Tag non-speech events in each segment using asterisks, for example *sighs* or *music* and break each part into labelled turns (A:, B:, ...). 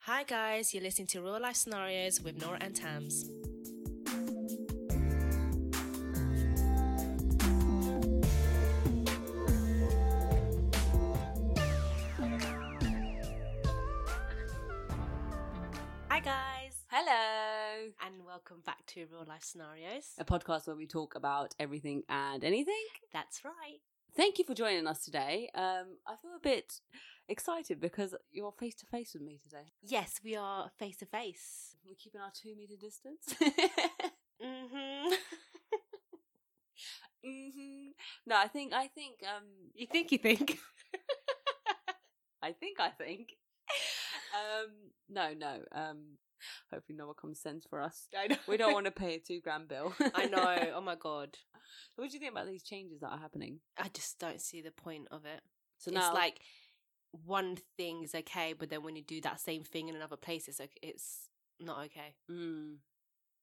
A: Hi, guys, you're listening to Real Life Scenarios with Nora and Tams. Hi, guys,
B: Hello.
A: and welcome back to Real Life Scenarios.
B: A podcast where we talk about everything and anything.
A: That's right.
B: Thank you for joining us today. Um, I feel a bit excited because you're face to face with me today.
A: Yes, we are face to face.
B: We're keeping our two meter distance. *laughs*
A: Mm-hmm. *laughs*
B: hmm No, I think I think um,
A: You think you think? *laughs*
B: I think I think. Um, no, no. Um, hopefully, no one comes sense for us.
A: I know.
B: We don't want to pay a two grand bill.
A: *laughs* I know. Oh my god.
B: *laughs* what do you think about these changes that are happening?
A: I just don't see the point of it.
B: So
A: it's like one thing is okay, but then when you do that same thing in another place, it's okay, it's not okay.
B: Mm,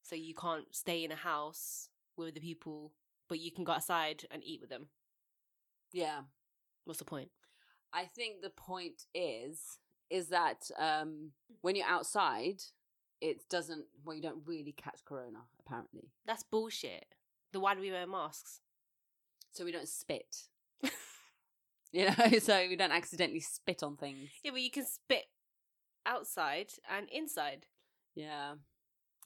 A: So you can't stay in a house with the people, but you can go outside and eat with them.
B: yeah.
A: What's the point?
B: I think the point is is that um, when you're outside, it doesn't. Well, you don't really catch corona apparently.
A: That's bullshit. The why do we wear masks?
B: So we don't spit. you know, *laughs* so we don't accidentally spit on things.
A: Yeah, but you can spit outside and inside.
B: Yeah,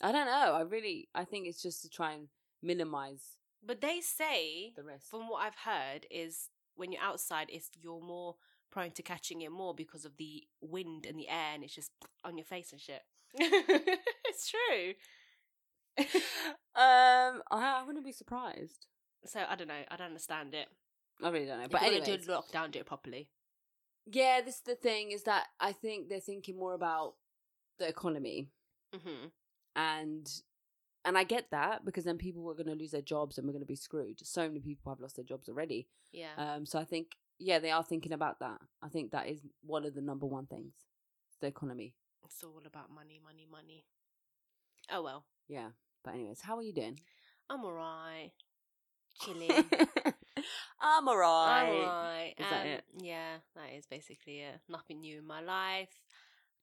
B: I don't know. I really, I think it's just to try and minimize
A: But they say
B: the risk.
A: from what I've heard is when you're outside, it's you're more prone to catching it more because of the wind and the air, and it's just on your face and shit. *laughs* it's true.
B: *laughs* um, I, I wouldn't be surprised.
A: So I don't know. I don't understand it.
B: I really don't know.
A: But
B: But
A: anyway, do
B: anyway,
A: lockdown, do it properly.
B: yeah, this is the thing is that I think they're thinking more about the economy
A: Mm-hmm.
B: and and I get that because then people were going to lose their jobs and we're going to be screwed. So many people have lost their jobs already.
A: Yeah.
B: Um, so I think yeah, they are thinking about that. I think that is one of the number one things, the economy.
A: it's all about money, money, money. Oh well,
B: Yeah. But anyways, how are you doing?
A: I'm alright.
B: *laughs*
A: Chilling.
B: I'm alright.
A: I'm alright.
B: Is that
A: Um,
B: it?
A: Yeah, that is basically it. Nothing new in my life.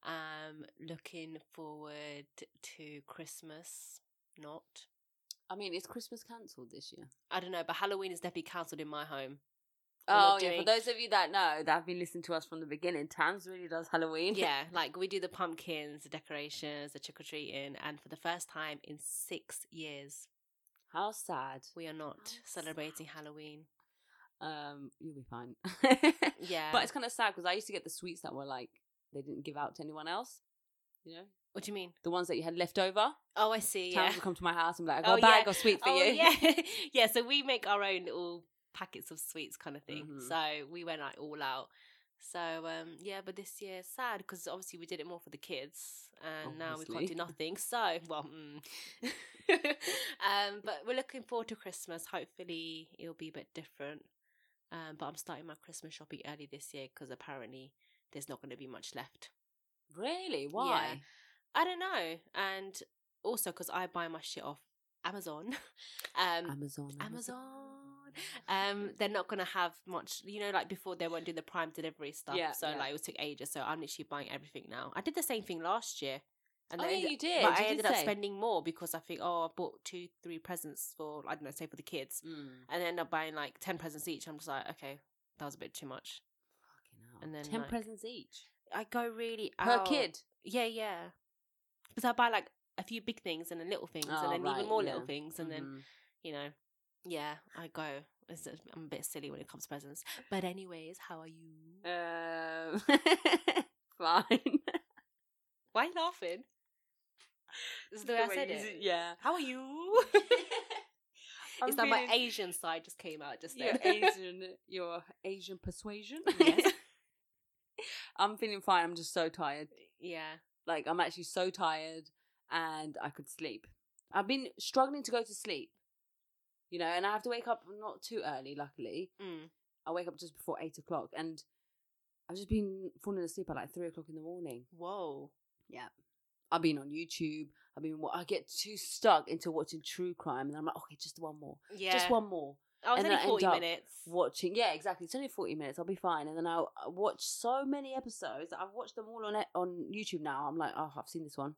A: Um, looking forward to Christmas. Not.
B: I mean, is Christmas cancelled this year?
A: I don't know, but Halloween is definitely cancelled in my home. We're
B: Oh
A: not
B: yeah. For
A: doing-
B: those of you that know that have been listening to us from the beginning, Tams really does Halloween.
A: yeah, like we do the pumpkins, the decorations, the trick or treating, and for the first time in six years,
B: *laughs* How sad.
A: we are not
B: How
A: celebrating Halloween.
B: Um, you'll be fine. *laughs*
A: Yeah,
B: But it's kind of sad because I used to get the sweets that were like they didn't give out to anyone else. You know,
A: what do you mean?
B: the ones that you had left over.
A: Oh, I see.
B: Towns
A: *laughs* Yeah.
B: would come to my house and be like, "I
A: Oh,
B: got a
A: yeah.
B: bag of sweets for
A: oh, *laughs*
B: you."
A: yeah, yeah. So we make our own little packets of sweets, kind of thing.
B: Mhm.
A: So we went like all out. So um yeah, but this year sad because obviously we did it more for the kids, and now we can't *laughs* do
B: Obviously.
A: nothing. So well, mm. *laughs* um, but we're looking forward to Christmas. Hopefully it'll be a bit different. Um, but I'm starting my Christmas shopping early this year because apparently there's not going to be much left.
B: *laughs* Really? Why?
A: I don't know, and also because I buy my shit off Amazon. *laughs* um,
B: Amazon.
A: Amazon. um, they're not gonna have much. You know, like before they weren't doing the Prime delivery stuff,
B: Yeah,
A: so
B: yeah.
A: like it was took ages. So I'm literally buying everything now. I did the same thing last year, and
B: Oh
A: then
B: yeah, you did.
A: but
B: you
A: I
B: did
A: ended up
B: say.
A: spending more because I think oh I bought two three presents for I don't know say for the kids,
B: Mm,
A: and then end up buying like ten presents each. I'm just like okay. That was a bit too much.
B: fucking hell.
A: And then,
B: ten
A: like,
B: presents each
A: I go really
B: per
A: out.
B: kid.
A: Yeah, yeah. Because I buy like a few big things and then little things
B: Oh,
A: and then
B: right,
A: even more
B: yeah.
A: little things and then
B: Mhm.
A: you know, yeah, I go. It's just- I'm a bit silly when it comes to presents. But anyways, how are
B: *laughs*
A: you?
B: Um, Mm-hmm. fine.
A: Why are you laughing? This is the way I said it.
B: *laughs* Yeah.
A: How are you?
B: I'm
A: it's that my
B: feeling-
A: Asian side just came out just
B: *laughs* your
A: then. *laughs*
B: Asian, your Asian persuasion. *laughs*
A: Yes.
B: I'm feeling fine. I'm just so tired.
A: yeah.
B: Like I'm actually so tired, and I could sleep. I've been struggling to go to sleep, you know, and I have to wake up not too early. Luckily,
A: Mm.
B: I wake up just before eight o'clock, and I've just been falling asleep at like three o'clock in the morning.
A: Whoa.
B: I've been on YouTube. I've been. wa- I get too stuck into watching true crime, and I'm like, okay, just one more,
A: Yeah.
B: just one more.
A: I was
B: And
A: only
B: I end
A: 40
B: up
A: minutes.
B: watching. Yeah, exactly. It's only forty minutes. I'll be fine. And then I'll I'll watch so many episodes. I've watched them all on it- on YouTube now. I'm like, oh, I've seen this one.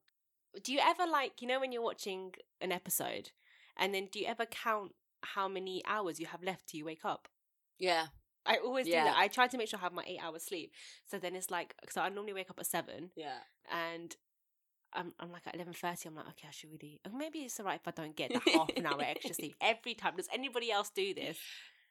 A: Do you ever like, you know, when you're watching an episode and then do you ever count how many hours you have left till you wake up?
B: Yeah,
A: I always
B: Yeah.
A: do that. I try to make sure I have my eight hours sleep. So then it's like, so I normally wake up at seven
B: yeah.
A: and I'm, I'm like at 11.30, I'm like, okay, I should really, oh, maybe it's all right if I don't get the half an hour extra *laughs* sleep every time. Does anybody else do this?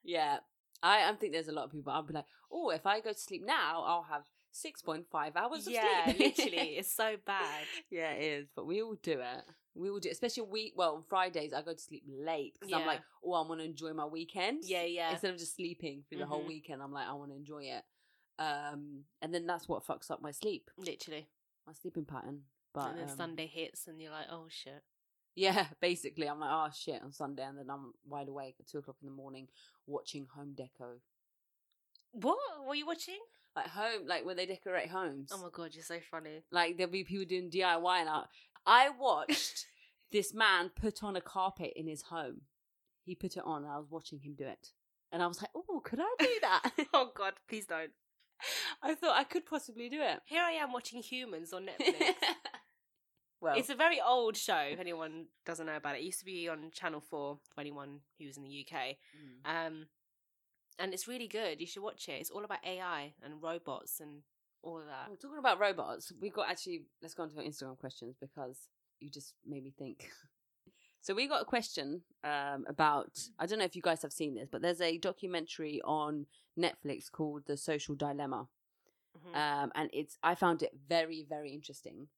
B: Yeah. I, I think there's a lot of people. I'll be like, oh, if I go to sleep now, I'll have 6.5 hours of
A: yeah,
B: sleep.
A: literally. It's so *laughs* bad.
B: *laughs* yeah, it is. But we all do it. We all do it. Especially we, well, on Fridays, I go to sleep late because I'm
A: Yeah.
B: like, oh, I want to enjoy my weekend.
A: Yeah, yeah.
B: Instead of just sleeping through the whole
A: Mhm.
B: weekend, I'm like, I want to enjoy it. Um, and then that's what fucks up my sleep,
A: literally.
B: my sleeping pattern. But
A: and then
B: um,
A: Sunday hits and you're like, oh shit.
B: Yeah, *laughs* basically, I'm like, oh shit, on Sunday, and then I'm wide awake at two o'clock in the morning watching Home Deco,
A: What were you watching?
B: like home, like where they decorate homes.
A: Oh my god, you're so funny. *laughs*
B: Like there'll be people doing DIY and I, I
A: *laughs*
B: watched this man put on a carpet in his home. He put it on and I was watching him do it. And I was like, oh, could I do
A: *laughs*
B: that?
A: oh god, please don't.
B: I thought I could possibly do it.
A: Here I am watching Humans *laughs* on Netflix.
B: *laughs* well,
A: it's a very old show, if anyone doesn't know about it. It used to be on Channel 4 for anyone who's in the UK.
B: Mm.
A: Um, and it's really good. You should watch it. It's all about AI and robots and all of that.
B: Well, talking about robots, we got actually, let's go on to our Instagram questions because you just made me think. *laughs* So we got a question um, about,
A: Mm-hmm.
B: I don't know if you guys have seen this, but there's a documentary on Netflix called The Social Dilemma.
A: Mhm.
B: um, and it's I found it very very interesting.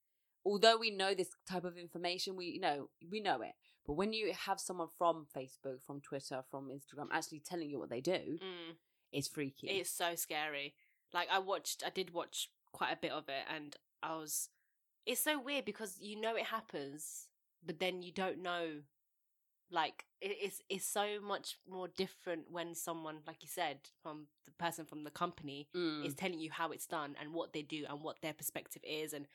B: Although we know this type of information, we you know we know it, but when you have someone from Facebook, from Twitter, from Instagram actually telling you what they do,
A: Mm.
B: it's freaky.
A: It's so scary. Like I watched, I did watch quite a bit of it, and I was. It's so weird because you know it happens, but then you don't know. Like it- it's it's so much more different when someone, like you said, from the person from the company
B: Mm.
A: is telling you how it's done and what they do and what their perspective is and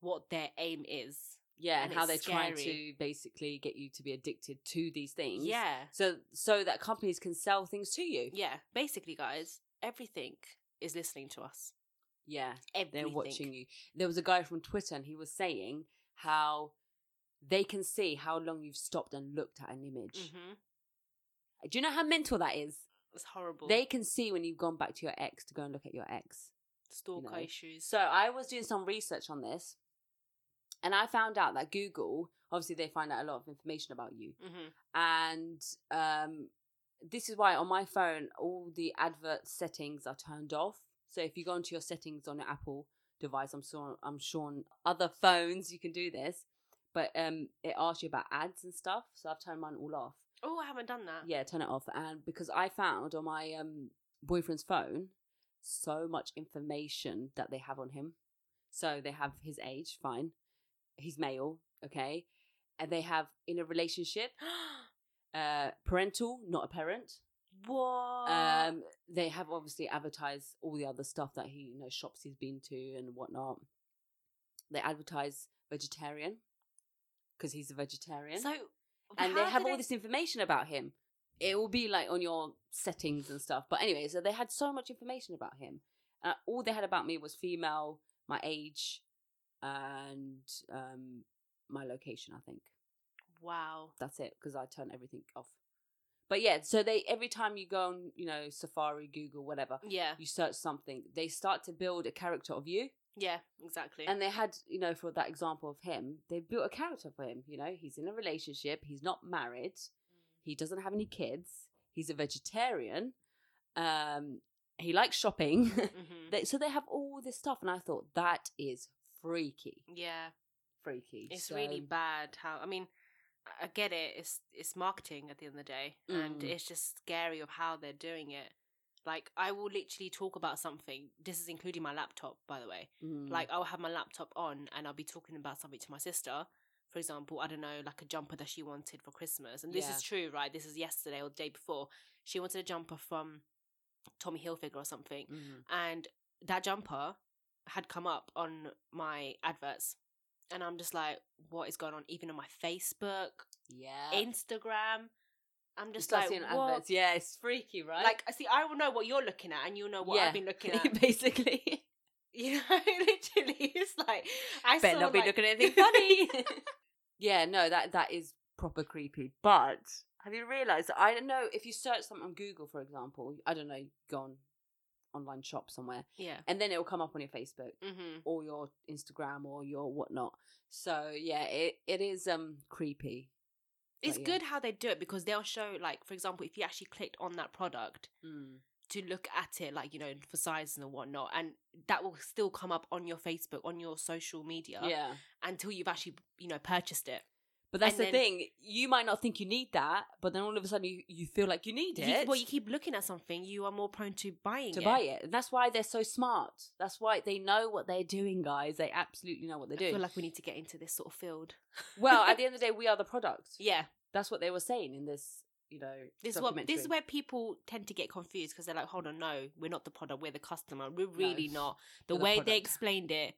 A: what their aim is.
B: yeah,
A: and
B: and how they're
A: it's
B: trying
A: scary.
B: to basically get you to be addicted to these things.
A: Yeah,
B: So so that companies can sell things to you.
A: yeah. Basically, guys, everything is listening to us.
B: Yeah. they're
A: Everything.
B: watching you. There was a guy from Twitter and he was saying how they can see how long you've stopped and looked at an image.
A: hmm
B: Do you know how mental that is?
A: It's horrible.
B: They can see when you've gone back to your ex to go and look at your ex.
A: stalker
B: know.
A: issues.
B: So I was doing some research on this and I found out that Google, obviously, they find out a lot of information about you.
A: hmm
B: And um, this is why on my phone, all the advert settings are turned off. So if you go into your settings on your Apple device, I'm sure, I'm sure on other phones you can do this, but um, it asks you about ads and stuff. So I've turned mine all off.
A: Oh, I haven't done that.
B: yeah turn it off and because i found on my um boyfriend's phone so much information that they have on him so they have his age fine he's male okay and they have in a relationship uh parental not a parent
A: *gasps* what?
B: um they have obviously advertised all the other stuff that he you know shops he's been to and whatnot they advertise vegetarian because he's a vegetarian
A: so,
B: and
A: how
B: they have
A: did
B: all
A: it-
B: this information about him. It will be like on your settings and stuff. But anyway, so they had so much information about him. Uh, all they had about me was female, my age, and um, my location. I think
A: Wow.
B: that's it because I turned everything off. But yeah, so they every time you go on, you know, Safari, Google, whatever,
A: Yeah.
B: you search something, they start to build a character of you.
A: Yeah. Exactly.
B: And they had, you know, for that example of him, they built a character for him. You know, he's in a relationship, he's not married,
A: Mm.
B: he doesn't have any kids, he's a vegetarian, um, he likes shopping. *laughs*
A: hmm
B: they, so they have all this stuff, and I thought that is freaky,
A: Yeah.
B: freaky.
A: It's
B: So-
A: really bad. How? I mean, I- I get it. It's it's marketing at the end of the day, and
B: Mm.
A: it's just scary of how they're doing it. Like I will literally talk about something. This is including my laptop, by the way.
B: Mm.
A: Like I'll have my laptop on and I'll be talking about something to my sister. For example, I don't know, like a jumper that she wanted for Christmas. And this
B: Yeah.
A: is true, right? This is yesterday or the day before. She wanted a jumper from Tommy Hilfiger or something.
B: Mm.
A: And that jumper had come up on my adverts. And I'm just like, what is going on? Even on my Facebook,
B: yeah,
A: Instagram. I'm
B: Just
A: just
B: Uh, start
A: like,
B: seeing
A: what?
B: adverts. Yeah, it's freaky, right?
A: Like, I see, I will know what you're looking at, and you'll know what
B: Yeah.
A: I've
B: *laughs*
A: been looking at.
B: basically.
A: *laughs* You know, *laughs* literally, it's like I
B: Better
A: saw,
B: not be
A: like-
B: looking
A: *laughs*
B: at anything funny. *laughs* yeah, no, that that is proper creepy. But have you realised that I don't know if you search something on Google, for example, I don't know, go on online shop somewhere,
A: yeah.
B: and then it will come up on your Facebook
A: Mm-hmm.
B: or your Instagram or your whatnot. So yeah, it it is um creepy. But,
A: It's
B: yeah.
A: good how they do it because they'll show, like, for example, if you actually clicked on that product
B: Mm.
A: *laughs* to look at it, like, you know, for sizes and whatnot, and that will still come up on your Facebook, on your social media,
B: Yeah.
A: until you've actually, you know, purchased it.
B: But that's
A: And
B: the
A: then-
B: thing. You might not think you need that, but then all of a sudden you, you feel like you need
A: You-
B: it
A: well, you keep looking at something, you are more prone to buying
B: to
A: it.
B: buy it. And that's why they're so smart. That's why they know what they're doing, guys. They absolutely know what they're
A: I
B: doing.
A: feel like we need to get into this sort of field.
B: well,
A: *laughs*
B: at the end of the day, we are the product.
A: Yeah,
B: That's what they were saying in this, you know,
A: this is what
B: documentary.
A: this is where people tend to get confused because they're like, "Hold on, no, we're not the product. We're the customer. We're really not." The
B: we're the
A: way they
B: product.
A: explained it,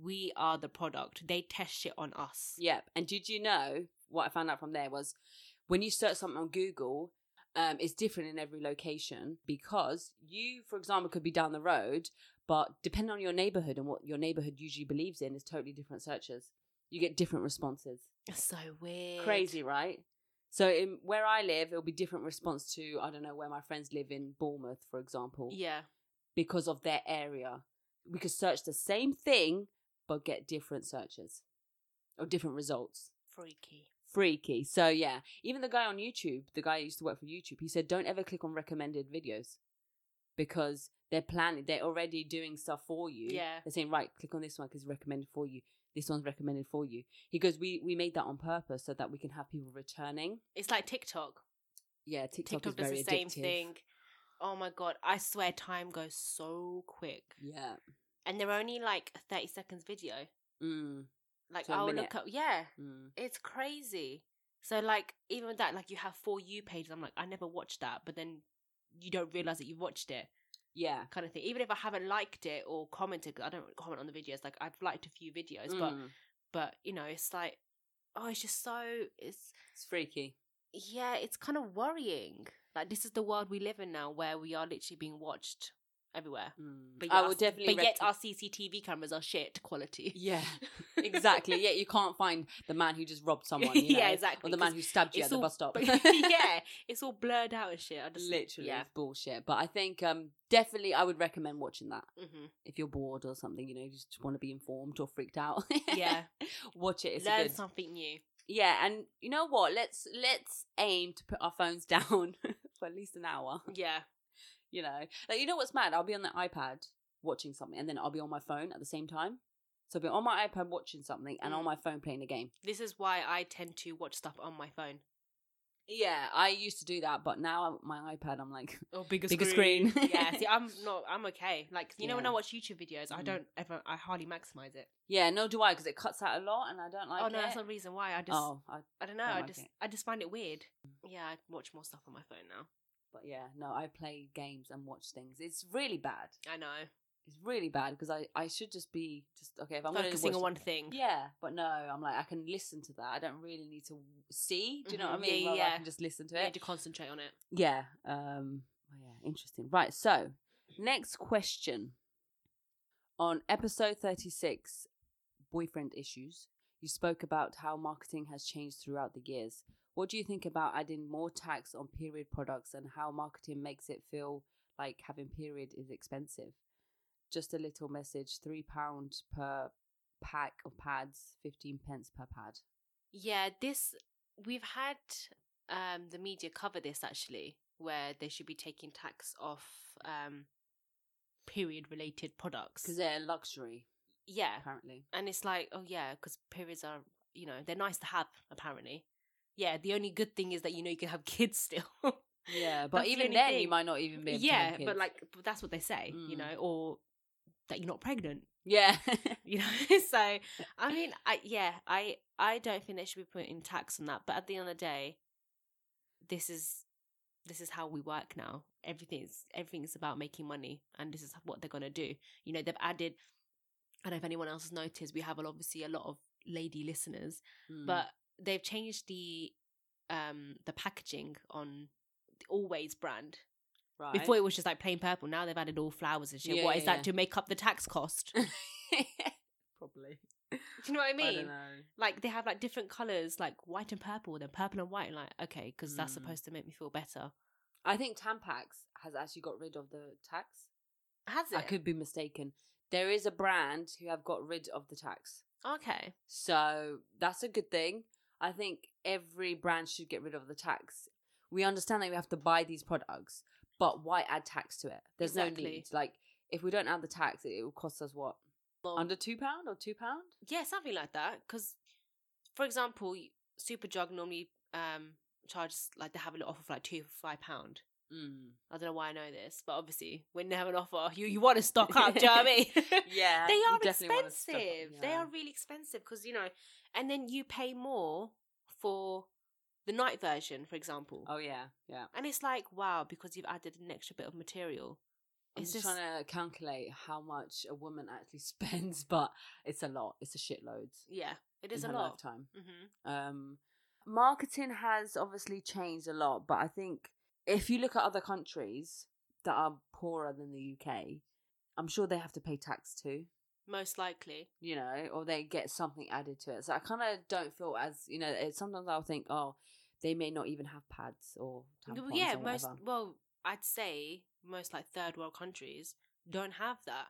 A: we are the product. They test shit on us.
B: Yep. And did you know what I found out from there was when you search something on Google, um, it's different in every location because you, for example, could be down the road, but depending on your neighborhood and what your neighborhood usually believes in is totally different searches. You get different responses.
A: It's so weird,
B: Crazy, right? So in where I live, it'll be different response to I don't know where my friends live in Bournemouth, for example,
A: Yeah,
B: because of their area. We could search the same thing but get different searches or different results
A: freaky.
B: freaky. So yeah, even the guy on YouTube, the guy who used to work for YouTube, he said don't ever click on recommended videos because they're planning, they're already doing stuff for you.
A: Yeah.
B: they're saying right, click on this one because it's recommended for you. This one's recommended for you. He goes, we we made that on purpose so that we can have people returning.
A: It's like TikTok.
B: Yeah, TikTok,
A: TikTok
B: is
A: does
B: very
A: the same
B: addictive.
A: thing. Oh my god, I swear time goes so quick.
B: Yeah.
A: And they're only like a 30 seconds video.
B: Mm,
A: Like
B: So a
A: I'll
B: minute.
A: look up yeah.
B: mm.
A: It's crazy. So like even with that, like you have four you pages. I'm like, I never watched that, but then you don't realise that you watched it.
B: Yeah.
A: Kind of thing. Even if I haven't liked it or commented, 'cause I don't comment on the videos. Like I've liked a few videos, but
B: Mm.
A: but you know, it's like oh, it's just so it's
B: it's freaky.
A: yeah, it's kind of worrying. Like this is the world we live in now, where we are literally being watched everywhere.
B: Mm.
A: But
B: I
A: yet
B: will
A: our-
B: definitely.
A: But yet
B: recti-
A: our CCTV cameras are shit quality. *laughs*
B: *laughs* yeah, exactly. Yeah, you can't find the man who just robbed someone. You
A: *laughs*
B: know?
A: yeah, exactly.
B: Or the man who stabbed you
A: it's
B: at the
A: all-
B: bus *laughs* stop.
A: *laughs* yeah, it's all blurred out and shit. I just
B: Literally,
A: yeah.
B: it's bullshit. But I think um, definitely I would recommend watching that
A: hmm
B: *laughs* if you're bored or something, you know, you just want to be informed or freaked out.
A: Yeah.
B: *laughs* Watch it. It's a
A: Learn
B: good.
A: something
B: *laughs*
A: new.
B: Yeah, and you know what? Let's let's aim to put our phones *laughs* down for at least an hour.
A: Yeah,
B: You know, like you know what's mad? I'll be on the iPad watching something, and then I'll be on my phone at the same time. So I'll be on my iPad watching something, and on
A: Mm.
B: my phone playing a game.
A: this is why I tend to watch stuff on my phone.
B: Yeah, I used to do that, but now my iPad, I'm like,
A: Oh, bigger,
B: Bigger screen. screen.
A: yeah, see,
B: *laughs*
A: I'm not. I'm okay. Like you know, when I
B: Yeah.
A: watch YouTube videos, I
B: Mm.
A: don't ever. I hardly maximize it.
B: yeah, no, do I? Because it cuts out a lot, and I don't like.
A: oh no,
B: it.
A: that's not the reason why. I just.
B: oh, I
A: I don't know.
B: Don't
A: I
B: like
A: just
B: it.
A: I just find it weird. Yeah, I watch more stuff on my phone now.
B: But yeah, no, I play games and watch things. It's really bad.
A: I know.
B: It's really bad because I, I should just be just okay if I'm gonna
A: Focusing
B: watch-
A: on one thing.
B: Yeah, but no, I'm like I can listen to that. I don't really need to see. Do you know what I
A: Mhm,
B: mean?
A: yeah,
B: Rather, I
A: yeah.
B: can just listen to
A: You need
B: it.
A: to concentrate on it.
B: Yeah. Um. oh yeah. Interesting. Right. So, next question. On episode 36, boyfriend issues, you spoke about how marketing has changed throughout the years. What do you think about adding more tax on period products and how marketing makes it feel like having period is expensive? Just a little message: three pound per pack of pads, fifteen pence per pad.
A: Yeah, this we've had um the media cover this actually, where they should be taking tax off um period related products.
B: Because they're a luxury,
A: Yeah. *sighs*
B: apparently.
A: And it's like, oh yeah, because periods are you know, they're nice to have, apparently. Yeah, the only good thing is that you know you can have *laughs* kids
B: *laughs*
A: still.
B: Yeah, but
A: That's the
B: even
A: only
B: then, you
A: thing.
B: might not even be. Able to
A: yeah
B: have
A: but
B: kids.
A: like but that's what they say you
B: Mm.
A: know or that you're not pregnant
B: yeah, *laughs*
A: you know *laughs* so i mean i yeah i i don't think they should be putting tax on that but at the end of the day this is this is how we work now everything's everything's about making money and this is what they're going to do you know they've added i don't know if anyone else has noticed we have obviously a lot of lady listeners
B: Mm.
A: but they've changed the um the packaging on the Always brand.
B: Right.
A: Before it was just like plain purple. Now they've added all flowers and shit. What
B: Yeah,
A: is
B: yeah,
A: that
B: yeah.
A: to make up the tax
B: *laughs*
A: cost? Do
B: Probably.
A: you know what I
B: I don't
A: mean?
B: know.
A: like they have like different colors, like white and purple, then purple and white, and like okay, because that's
B: Mm.
A: supposed to make me feel better.
B: I think Tampax has actually got rid of the tax.
A: Has it?
B: I could be mistaken. There is a brand who have got rid of the tax.
A: Okay.
B: So that's a good thing. I think every brand should get rid of the tax. We understand that we have to buy these products, but why add tax to it? There's
A: Exactly.
B: no need. Like if we don't add the tax, it, it will cost us what?
A: Well,
B: Under two pound or two pound?
A: yeah, something like that. Because, for example, Superdrug normally um charges like they have an offer of like two for five pound.
B: Mm.
A: I don't know why I know this, but obviously when they have an offer, you you want to stock up. do you know what I mean?
B: *laughs*
A: *laughs*
B: Yeah,
A: they
B: you
A: are
B: definitely wanna
A: expensive.
B: stock up,
A: They
B: yeah.
A: are really expensive because you know, and then you pay more for the night version, for example.
B: Oh yeah, yeah.
A: And it's like, wow, because you've added an extra bit of material.
B: I'm
A: It's
B: just
A: just,
B: trying to calculate how much a woman actually *laughs* spends, but it's a lot. It's a shitload.
A: yeah, it
B: in
A: is a
B: her
A: lot.
B: lifetime.
A: hmm
B: Um, marketing has obviously changed a lot, but I think if you look at other countries that are poorer than the UK, I'm sure they have to pay tax too,
A: Most likely.
B: you know, or they get something added to it. So I kind of don't feel as, you know, it, sometimes I'll think, oh, they may not even have pads or tampons
A: Well, yeah,
B: or
A: most.
B: whatever.
A: Well, I'd say most like third world countries don't have that.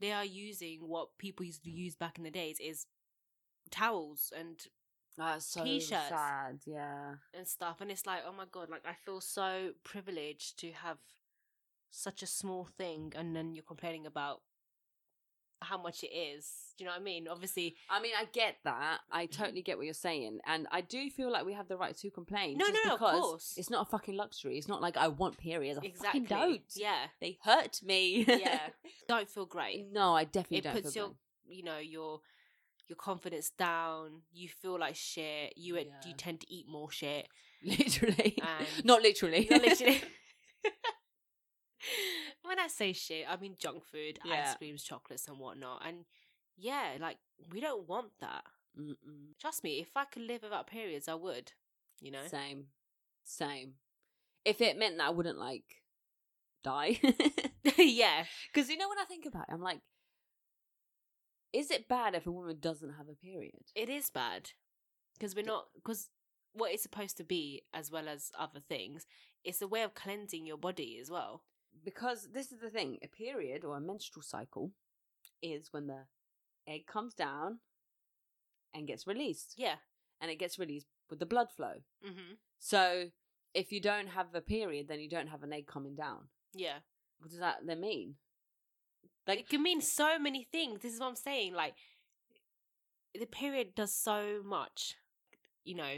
A: They are using what people used to use back in the days is towels and
B: That's so
A: T-shirts.
B: sad, yeah.
A: and stuff and it's like oh my god like i feel so privileged to have such a small thing and then you're complaining about how much it is do you know what i mean obviously
B: I mean, I get that. I
A: Mm-hmm.
B: totally get what you're saying, and I do feel like we have the right to complain.
A: No,
B: just
A: no, no, of
B: because
A: course.
B: it's not a fucking luxury. It's not like I want periods. I
A: exactly
B: fucking don't.
A: yeah
B: they hurt me.
A: *laughs*
B: *laughs*
A: yeah don't feel great
B: no, I definitely
A: it
B: don't.
A: puts your
B: feel
A: you know your your confidence down you feel like shit you ad- you
B: Yeah.
A: tend to eat more
B: *laughs*
A: shit
B: good. literally,
A: And- *laughs*
B: *laughs* not literally,
A: Uh, Not literally. *laughs* when I say shit, I mean junk food,
B: Yeah.
A: ice creams, chocolates, and whatnot. And yeah, like we don't want that.
B: *laughs* Mm-mm.
A: Trust me, if I could live without periods, I would. You know,
B: Same, same. If it meant that I wouldn't like
A: *laughs*
B: die,
A: *laughs*
B: *laughs*
A: yeah,
B: because you know when I think about it, I'm like, is it bad if a woman doesn't have a period?
A: it is bad because we're not because what it's supposed to be, as well as other things, it's a way of cleansing your body as well.
B: because this is the thing a period or a menstrual cycle is when the egg comes down and gets released
A: Yeah.
B: and it gets released with the blood flow
A: Mm-hmm.
B: so if you don't have a period then you don't have an egg coming down
A: Yeah.
B: what does that then mean
A: Like it can
B: eh
A: mean so many things. This is what I'm saying. Like the period does so much. You know,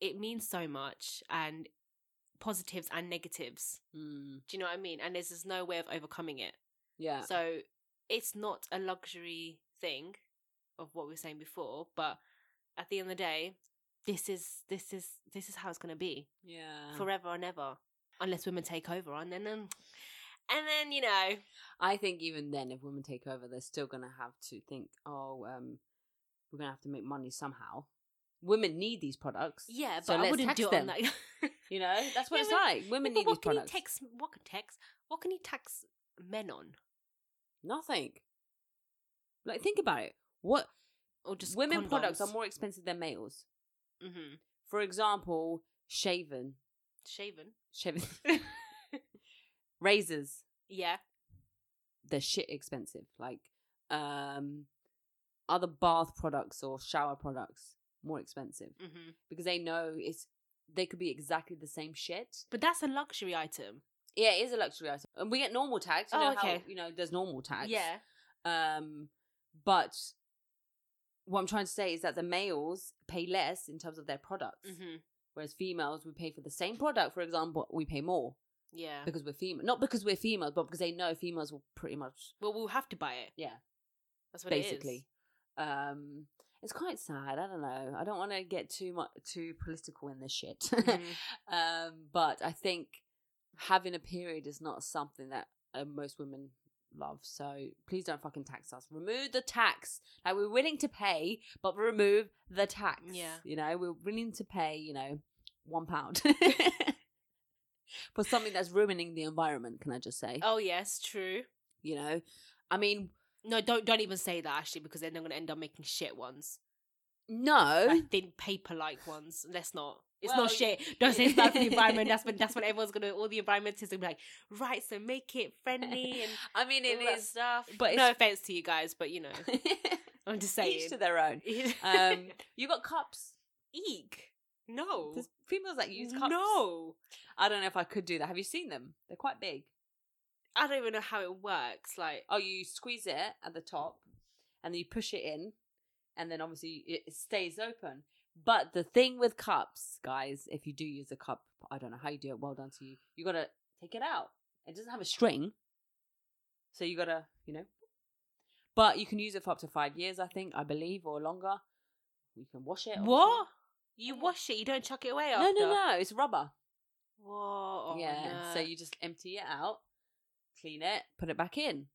A: it means so much and positives and negatives.
B: mm,
A: Do you know what I mean? And there's just no way of overcoming it.
B: yeah
A: Hmm. So it's not a luxury thing of what we were saying before, but at the end of the day, this is this is this is how it's gonna be.
B: yeah
A: Forever and ever. Unless women take over and then um, and then, you know,
B: i think even then if women take over they're still gonna have to think oh um we're gonna have to make money somehow women need these products
A: yeah, but
B: So
A: I
B: let's
A: wouldn't
B: tax
A: do it on
B: them.
A: that *laughs*
B: you know that's what
A: Yeah,
B: it's
A: but-
B: like *laughs* women
A: Yeah,
B: need
A: but
B: these
A: what can
B: products
A: you tax? What can tax? What can you tax men on?
B: Nothing. Like think about it. What
A: Or just
B: women products are more expensive than males.
A: hmm
B: For example, shaven,
A: shaven.
B: shaven
A: *laughs*
B: *laughs* razors.
A: yeah,
B: They're shit expensive. Like um, other bath products or shower products more expensive
A: hmm
B: because they know it's they could be exactly the same shit.
A: but that's a luxury item.
B: Yeah, it is a luxury item, and we get normal tax. You
A: Oh,
B: know how
A: okay.
B: you know there's normal tax.
A: Yeah,
B: Um, but what I'm trying to say is that the males pay less in terms of their products,
A: hmm
B: whereas females we pay for the same product. For example, we pay more
A: yeah.
B: because we're female, not because we're females, but because they know females will pretty much
A: well, we'll have to buy it.
B: Yeah.
A: that's what
B: basically. *laughs* Um, it's quite sad. I don't know. I don't want to get too much too political in this shit.
A: It is. Mhm.
B: um, but I think having a period is not something that uh, most women love. So please don't fucking tax us. Remove the tax. Like we're willing to pay, but remove the tax.
A: Yeah.
B: you know we're willing to pay. You know one
A: *laughs*
B: pound *laughs* for something that's ruining the environment. Can I just say?
A: Oh yes, true.
B: You know, I mean,
A: No, don't don't even say that actually, because then they're gonna end up making shit ones,
B: no,
A: like thin paper like ones. Let's not. It's
B: Well,
A: not shit. Don't say it's bad for the environment.
B: *laughs*
A: That's when that's when everyone's gonna all the environmentalists will be like, right, so make it friendly and
B: I mean it
A: all that
B: is.
A: stuff.
B: but
A: But
B: it's-
A: no offense to you guys, but you
B: *laughs*
A: know, I'm just
B: Each
A: saying.
B: to
A: *laughs*
B: their own. *laughs* Um, you got cups.
A: Eek. No.
B: There's females that use cups.
A: Oh. No.
B: I don't know if I could do that. Have you seen them? They're quite big.
A: I don't even know how it works. Like,
B: Oh, you squeeze it at the top, and then you push it in, and then obviously it stays open. But the thing with cups, guys, if you do use a cup, I don't know how you do it. Well done to you. You gotta take it out. It doesn't have a string, so you gotta, you know. But you can use it for up to five years, I think, I believe, or longer. You can wash it.
A: what? You
B: Yeah.
A: wash it, you don't chuck it away
B: obviously.
A: after. Oh,
B: Oh. No, no, no. It's rubber. Oh,
A: Whoa.
B: yeah. So you just empty it out, clean it, put it back in.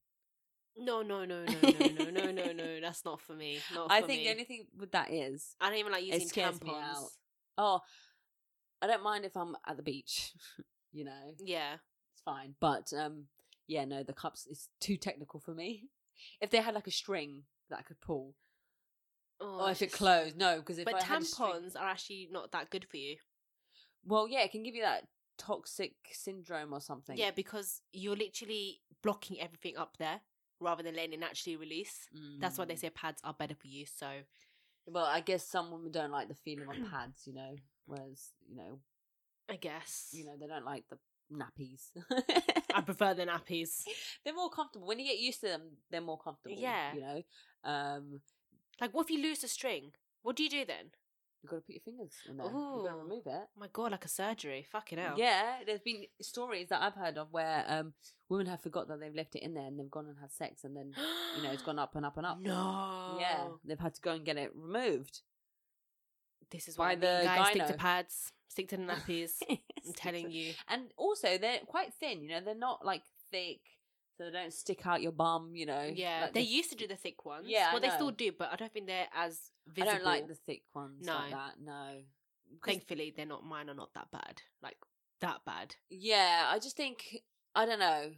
A: No, no, no, no, no, no, no, no,
B: *laughs*
A: no. That's not for me. Not
B: I
A: Oh, for
B: think
A: me.
B: the only thing with that is,
A: I don't even like using
B: scares me
A: tampons.
B: out. oh, I don't mind if I'm at the beach, *laughs* you know, it's
A: Yeah.
B: fine. But um, yeah, no, the cups is too technical for me. *laughs* If they had like a string that I could pull,
A: Oh,
B: or if it closed, no, because if
A: But
B: I had a string-
A: tampons are actually not that good for you.
B: well, yeah, it can give you that toxic syndrome or something.
A: Yeah, because you're literally blocking everything up there rather than letting it naturally release. That's why they
B: Mm.
A: say pads are better for you. So
B: Well, I guess some women don't like the feeling
A: *clears throat*
B: on pads, you know, whereas you know,
A: I guess
B: you know, they don't like the
A: *laughs*
B: nappies. *laughs*
A: I prefer the nappies.
B: they're more comfortable when you get used to them. They're more comfortable.
A: Yeah.
B: you know, um,
A: Like, what if you lose a string? What do you do then?
B: you got to put your fingers in there. You got to
A: Ooh.
B: remove it.
A: Oh my god, like a surgery. Fucking hell.
B: Yeah, there's been stories that I've heard of where um, women have forgot that they've left it in there and they've gone and had sex and then
A: *gasps*
B: you know it's gone up and up and up.
A: No.
B: Yeah, they've had to go and get it removed. *laughs*
A: This is why
B: By the
A: the guys stick to
B: gyno.
A: pads, stick to
B: *laughs*
A: the nappies. I'm telling you.
B: And also, they're quite thin. You know, they're not like thick, so they don't stick out your bum. You know.
A: Yeah,
B: like
A: they
B: the-
A: used to do the thick ones.
B: Yeah, I
A: well, they still
B: know.
A: do, but I don't think they're as
B: I
A: visible.
B: don't like the thick ones like
A: No.
B: that. No. 'Cause
A: Thankfully, they're not mine. Are not that bad. Like that bad.
B: Yeah, I just think I don't know.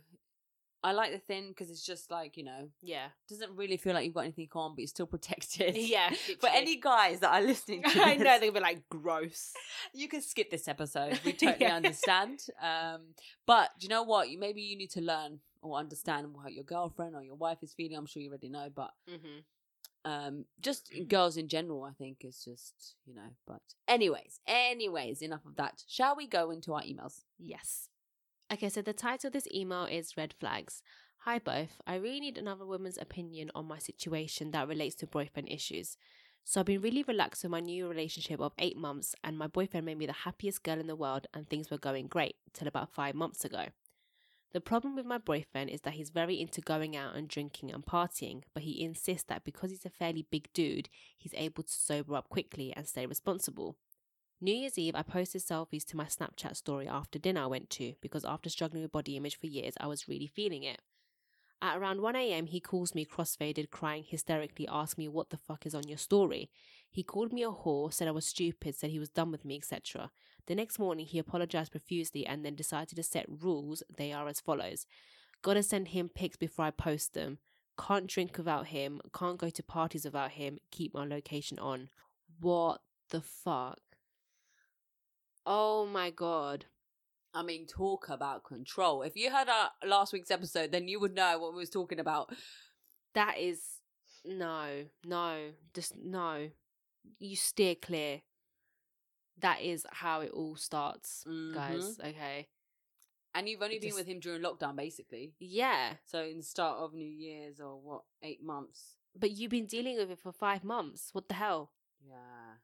B: I like the thin because it's just like you know
A: Yeah.
B: doesn't really feel like you've got anything on, but you're still *laughs* protected.
A: *laughs*
B: *laughs*
A: Yeah.
B: For
A: literally.
B: any guys that are *laughs* listening, to
A: I know
B: this,
A: they're gonna be like gross.
B: *laughs* you can skip this episode. *laughs* We totally
A: Yeah.
B: understand. Um, but do you know what? You- Maybe you need to learn or understand how your girlfriend or your wife is feeling. I'm sure you already know, but
A: hmm
B: um, just girls in general, I think is just you know. But anyways, anyways, enough of that. Shall we go into our emails?
A: Yes. Okay, so the title of this email is Red Flags. Hi both. I really need another woman's opinion on my situation that relates to boyfriend issues. So I've been really relaxed with my new relationship of eight months, and my boyfriend made me the happiest girl in the world, and things were going great till about five months ago. The problem with my boyfriend is that he's very into going out and drinking and partying, but he insists that because he's a fairly big dude, he's able to sober up quickly and stay responsible. New Year's Eve, I posted selfies to my Snapchat story after dinner I went to because after struggling with body image for years, I was really feeling it. At around 1am, he calls me crossfaded, crying hysterically, asking me what the fuck is on your story. He called me a whore, said I was stupid, said he was done with me, etc. The next morning, he apologized profusely and then decided to set rules. They are as follows Gotta send him pics before I post them. Can't drink without him. Can't go to parties without him. Keep my location on. What the fuck? Oh my god.
B: I mean, talk about control. If you heard our last week's episode, then you would know what we was talking about.
A: That is no, no, just no. You steer clear. That is how it all starts,
B: Mhm.
A: guys. Okay.
B: And you've only
A: It
B: been
A: just-
B: with him during lockdown, basically.
A: Yeah.
B: So in the start of New Year's or what, eight months?
A: But you've been dealing with it for five months. What the hell?
B: Yeah.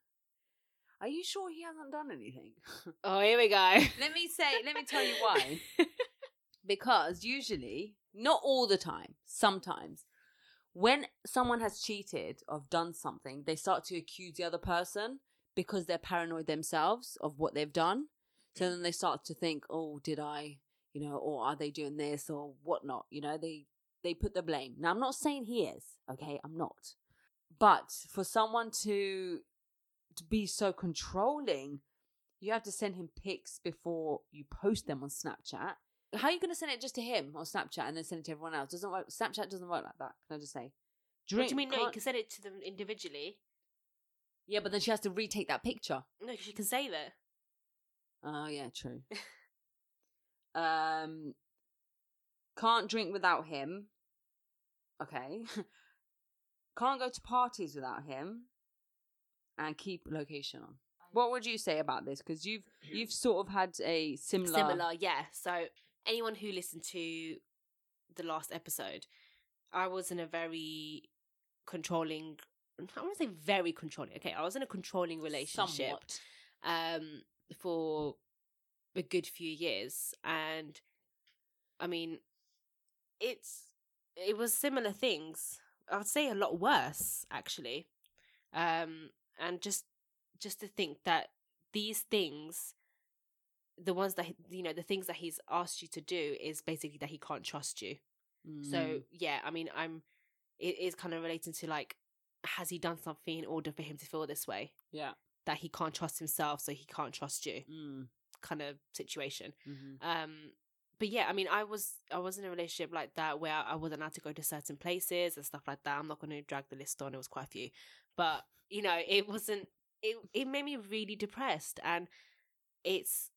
B: Are you sure he hasn't done anything?
A: Oh, here we go. *laughs*
B: let me say, let me tell you why. *laughs* Because usually, not all the time, sometimes, when someone has cheated or done something, they start to accuse the other person because they're paranoid themselves of what they've done. So then they start to think, oh, did I, you know, or are they doing this or whatnot? You know, they they put the blame. Now I'm not saying he is, okay, I'm not. But for someone to to be so controlling You have to send him pics before you post them on Snapchat. How are you going to send it just to him on Snapchat and then send it to everyone else? Doesn't work. Snapchat doesn't work like that. Can I just say?
A: what do you mean? No, you
B: can't-
A: can send it to them individually.
B: Yeah, but then she has to retake that picture.
A: No, 'cause you can save it.
B: Oh yeah, true. um, can't drink without him. Okay. *laughs* can't go to parties without him, and keep location
A: Um
B: on. What would you say about this?
A: *clears throat*
B: Because you've you've sort of had a similar.
A: Similar, yeah. So anyone who listened to the last episode, I was in a very controlling. I want to say very controlling. Okay, I was in a controlling relationship.
B: somewhat.
A: um for a good few years and i mean it's it was similar things i would say a lot worse actually um and just just to think that these things the ones that he- you know the things that he's asked you to do is basically that he can't trust you so
B: Mm.
A: yeah, I mean, I'm. It is kind of relating to like, has he done something in order for him to feel this way?
B: Yeah.
A: that he can't trust himself, so he can't trust you,
B: Mm,
A: kind of situation.
B: mhm.
A: Um, but yeah, I mean, I was I was in a relationship like that where I wasn't allowed to go to certain places and stuff like that. I'm not going to drag the list on; it was quite a few, but you know, it wasn't. It it made me really depressed, and it's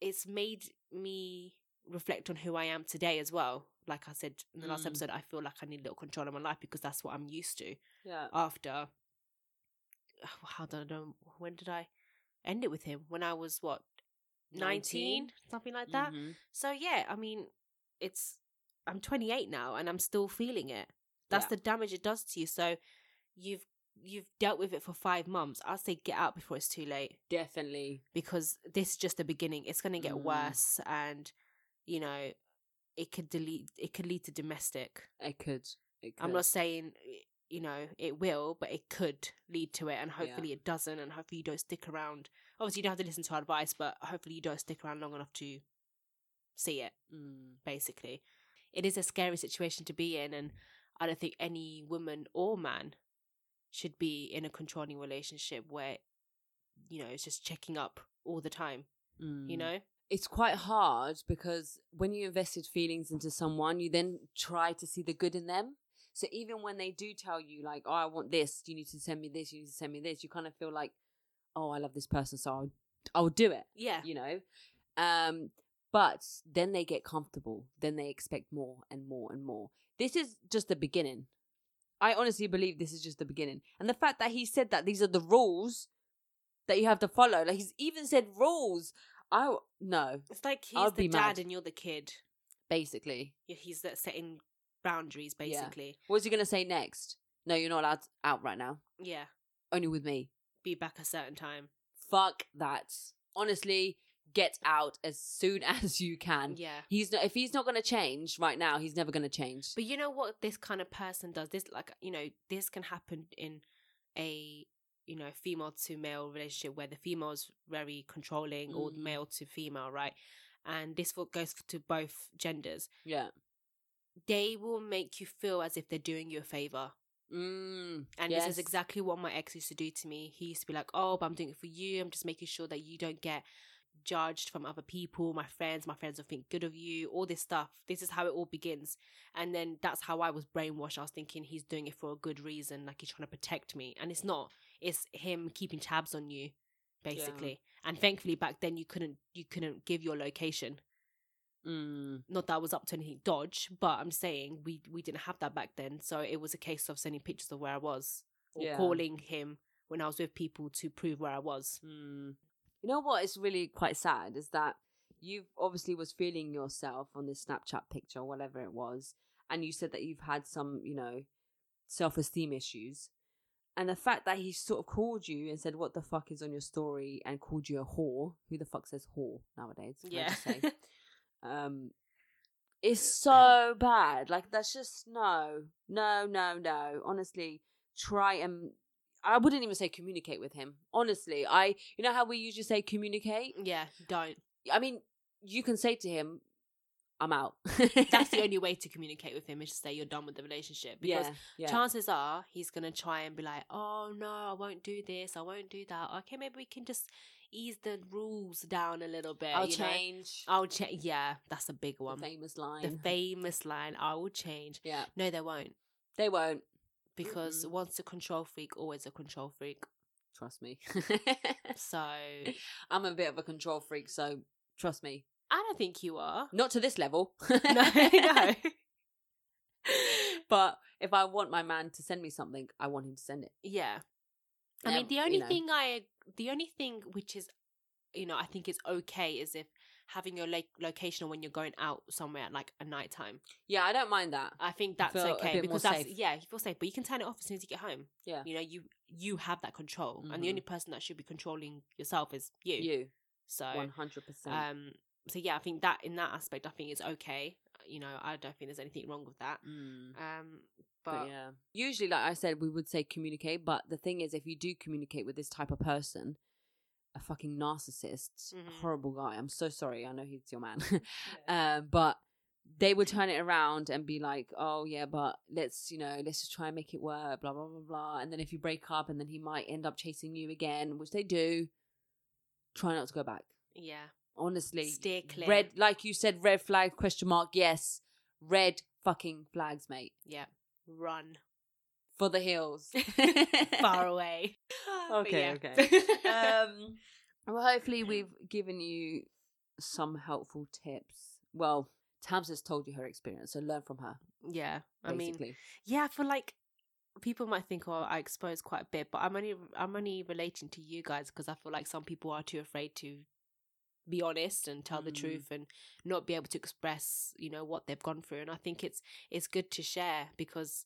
A: it's made me reflect on who I am today as well. Like I said in the last
B: Mm.
A: episode, I feel like I need a little control in my life because that's what I'm used to.
B: Yeah.
A: After *sighs* how did I know when did I end it with him? When I was what 19, something like that.
B: Mhm.
A: So yeah, I mean, it's I'm 28 now and I'm still feeling it. That's
B: Yeah.
A: the damage it does to you. So you've you've dealt with it for 5 months. I'd say get out before it's too late
B: Definitely.
A: because this is just the beginning. It's going to get
B: Mm.
A: worse and you know, it could delete it could lead to domestic.
B: It could. It could.
A: I'm not saying you know it will, but it could lead to it, and hopefully it doesn't, and hopefully you don't stick around. Obviously, you don't have to listen to our advice, but hopefully you don't stick around long enough to see it.
B: Mm.
A: Basically, it is a scary situation to be in, and I don't think any woman or man should be in a controlling relationship where you know it's just checking up all the time. You
B: Mm.
A: know,
B: it's quite hard because when you invested feelings into someone, you then try to see the good in them. So even when they do tell you, like, oh, I want this, you need to send me this, you need to send me this, you kind of feel like, oh, I love this person, so I'll, I'll do it,
A: yeah,
B: you know? Um, but then they get comfortable, then they expect more and more and more. This is just the beginning. I honestly believe this is just the beginning. And the fact that he said that these are the rules that you have to follow, like, he's even said rules. I w- no,
A: it's like he's
B: I'd
A: the
B: be
A: dad
B: mad.
A: and you're the kid.
B: basically.
A: Yeah, He's that setting boundaries,
B: Yeah.
A: basically.
B: What was he going to say next? No, you're not allowed out right now.
A: yeah.
B: Only with me.
A: be back a certain time.
B: Fuck that. Honestly, get out as soon *laughs* as you can.
A: Yeah.
B: He's not. If he's not going to change right now, he's never going to change.
A: But you know what this kind of person does? This like you know, this can happen in a you know, female to male relationship where the female's very controlling or
B: Mm.
A: male to female, right? And this will- goes to both genders.
B: yeah.
A: They will make you feel as if they're doing you a favor.
B: Mm,
A: And this
B: Yes.
A: is exactly what my ex used to do to me. He used to be like, "Oh, but I'm doing it for you. I'm just making sure that you don't get judged from other people, my friends. My friends will think good of you. All this stuff. This is how it all begins." And then that's how I was brainwashed. I was thinking he's doing it for a good reason, like he's trying to protect me, and it's not. It's him keeping tabs on you, basically. And thankfully, back then you couldn't you couldn't give your location
B: mm,
A: not that I was up to anything dodge, but I'm saying we we didn't have that back then, so it was a case of sending pictures of where I was or
B: Yeah.
A: calling him when I was with people to prove where I was.
B: mm. You know what is really quite sad is that you obviously was feeling yourself on this Snapchat picture or whatever it was, and you said that you've had some, you know, self esteem issues. And the fact that he sort of called you and said, What the fuck is on your story? and called you a whore. Who the fuck says whore nowadays? can I
A: Yeah,
B: just say? um, is so bad. Like, that's just no, no, no, no. Honestly, try and. I wouldn't even say communicate with him. Honestly, I.
A: *laughs*
B: You know how we usually say communicate?
A: yeah, don't.
B: I mean, you can say to him, I'm out.
A: That's
B: *laughs*
A: the only way to communicate with him is to say you're done with the relationship because
B: yeah, yeah.
A: chances are he's gonna try and be like, "Oh no, I won't do this. I won't do that. Okay, maybe we can just ease the rules down a little bit.
B: I'll
A: you know?
B: change.
A: I'll change. Yeah, that's a big one.
B: the famous
A: The
B: line.
A: famous line, "I will change."
B: yeah,
A: No, they won't
B: they won't.
A: because once a control freak, always a control freak.
B: Trust me. *laughs*
A: *laughs* So I
B: I'm a bit of a control freak, so trust me.
A: don't think you *laughs* are.
B: Not to this level.
A: No, no.
B: *laughs* But if I want my man to send me something, I want him to send it.
A: Yeah. I
B: Um,
A: mean, the
B: you
A: only
B: know.
A: thing I, the only thing which is, you know, I think is okay is if having your lo- location or when you're going out somewhere at like a night time.
B: Yeah, I don't mind that.
A: I think that's
B: feel a
A: okay
B: bit more
A: because that's
B: safe.
A: yeah, you feel safe, but you can turn it off as soon as you get home.
B: Yeah.
A: you know, you you have that control, and the
B: Mhm.
A: only person that should be controlling yourself is you.
B: You,
A: So,
B: one hundred percent.
A: um, so yeah, I think that in that aspect, I think it's okay. Uh, You know, I don't think there's anything wrong with that.
B: Mm.
A: Um, but,
B: But yeah, usually, like I said, we would say communicate. But the thing is, if you do communicate with this type of person, a fucking narcissist,
A: Mhm.
B: horrible guy. I'm so sorry. I know he's your man, *laughs* uh, but they would turn it around and be like, "Oh yeah, but let's you know, let's just try and make it work." Blah blah blah blah. And then if you break up, and then he might end up chasing you again, which they do. Try not to go back.
A: yeah,
B: Honestly,
A: steer clear.
B: red, like you said, red flag question mark. Yes, red fucking flags, mate
A: yeah, run.
B: for
A: *laughs*
B: the hills.
A: far *laughs* away. But
B: Okay,
A: yeah. *laughs* Uh,
B: um, well,
A: *clears throat*
B: hopefully we've given you some helpful tips. Well, Tams has told you her experience, so learn from her.
A: yeah, I mean,
B: Basically,
A: yeah, I feel like people might think, "Oh, I expose quite a bit," but I'm only I'm only relating to you guys because I feel like some people are too afraid to be honest and tell the
B: Mm.
A: truth and not be able to express, you know, what they've gone through. And I think it's it's good to share because.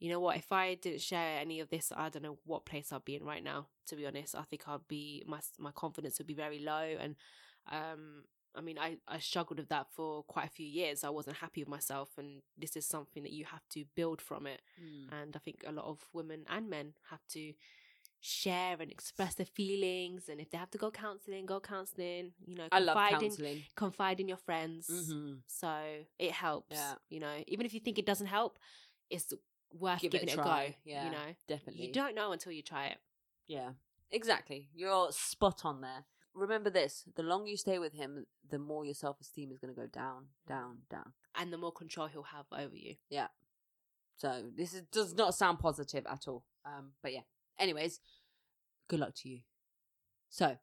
A: You know what? If I didn't share any of this, I don't know what place I'd be in right now. To be honest, I think I'd be my my confidence would be very low, and um, I mean, I, I struggled with that for quite a few years. I wasn't happy with myself, and this is something that you have to build from it.
B: Mm.
A: And I think a lot of women and men have to share and express their feelings. And if they have to go counseling, go counseling. You know,
B: I love
A: confide in,
B: counseling.
A: confide in your friends.
B: Mhm.
A: So it helps.
B: Yeah.
A: You know, even if you think it doesn't help, it's worth
B: Give it a
A: giving it a,
B: try,
A: go.
B: yeah,
A: You know,
B: Definitely.
A: you don't know until you try it.
B: Yeah, exactly. You're spot on there. Remember this: the longer you stay with him, the more your self esteem is going to go down,
A: Mm.
B: down, down.
A: And the more control he'll have over you.
B: So this is, does not sound positive at all. Um, but yeah. Anyways, good luck to you. So,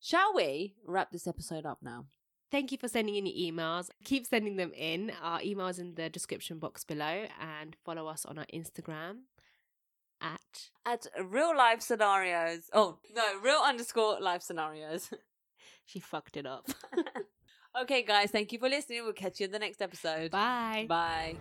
B: shall we wrap this episode up now?
A: Thank you for sending in your emails. Keep sending them in. Our email's in the description box below and follow us on our Instagram at
B: At real life scenarios. Oh no, real underscore life scenarios. *laughs*
A: She Fucked It *laughs* Up.
B: okay, guys, thank you for listening. We'll catch you in the next episode.
A: Bye.
B: Bye.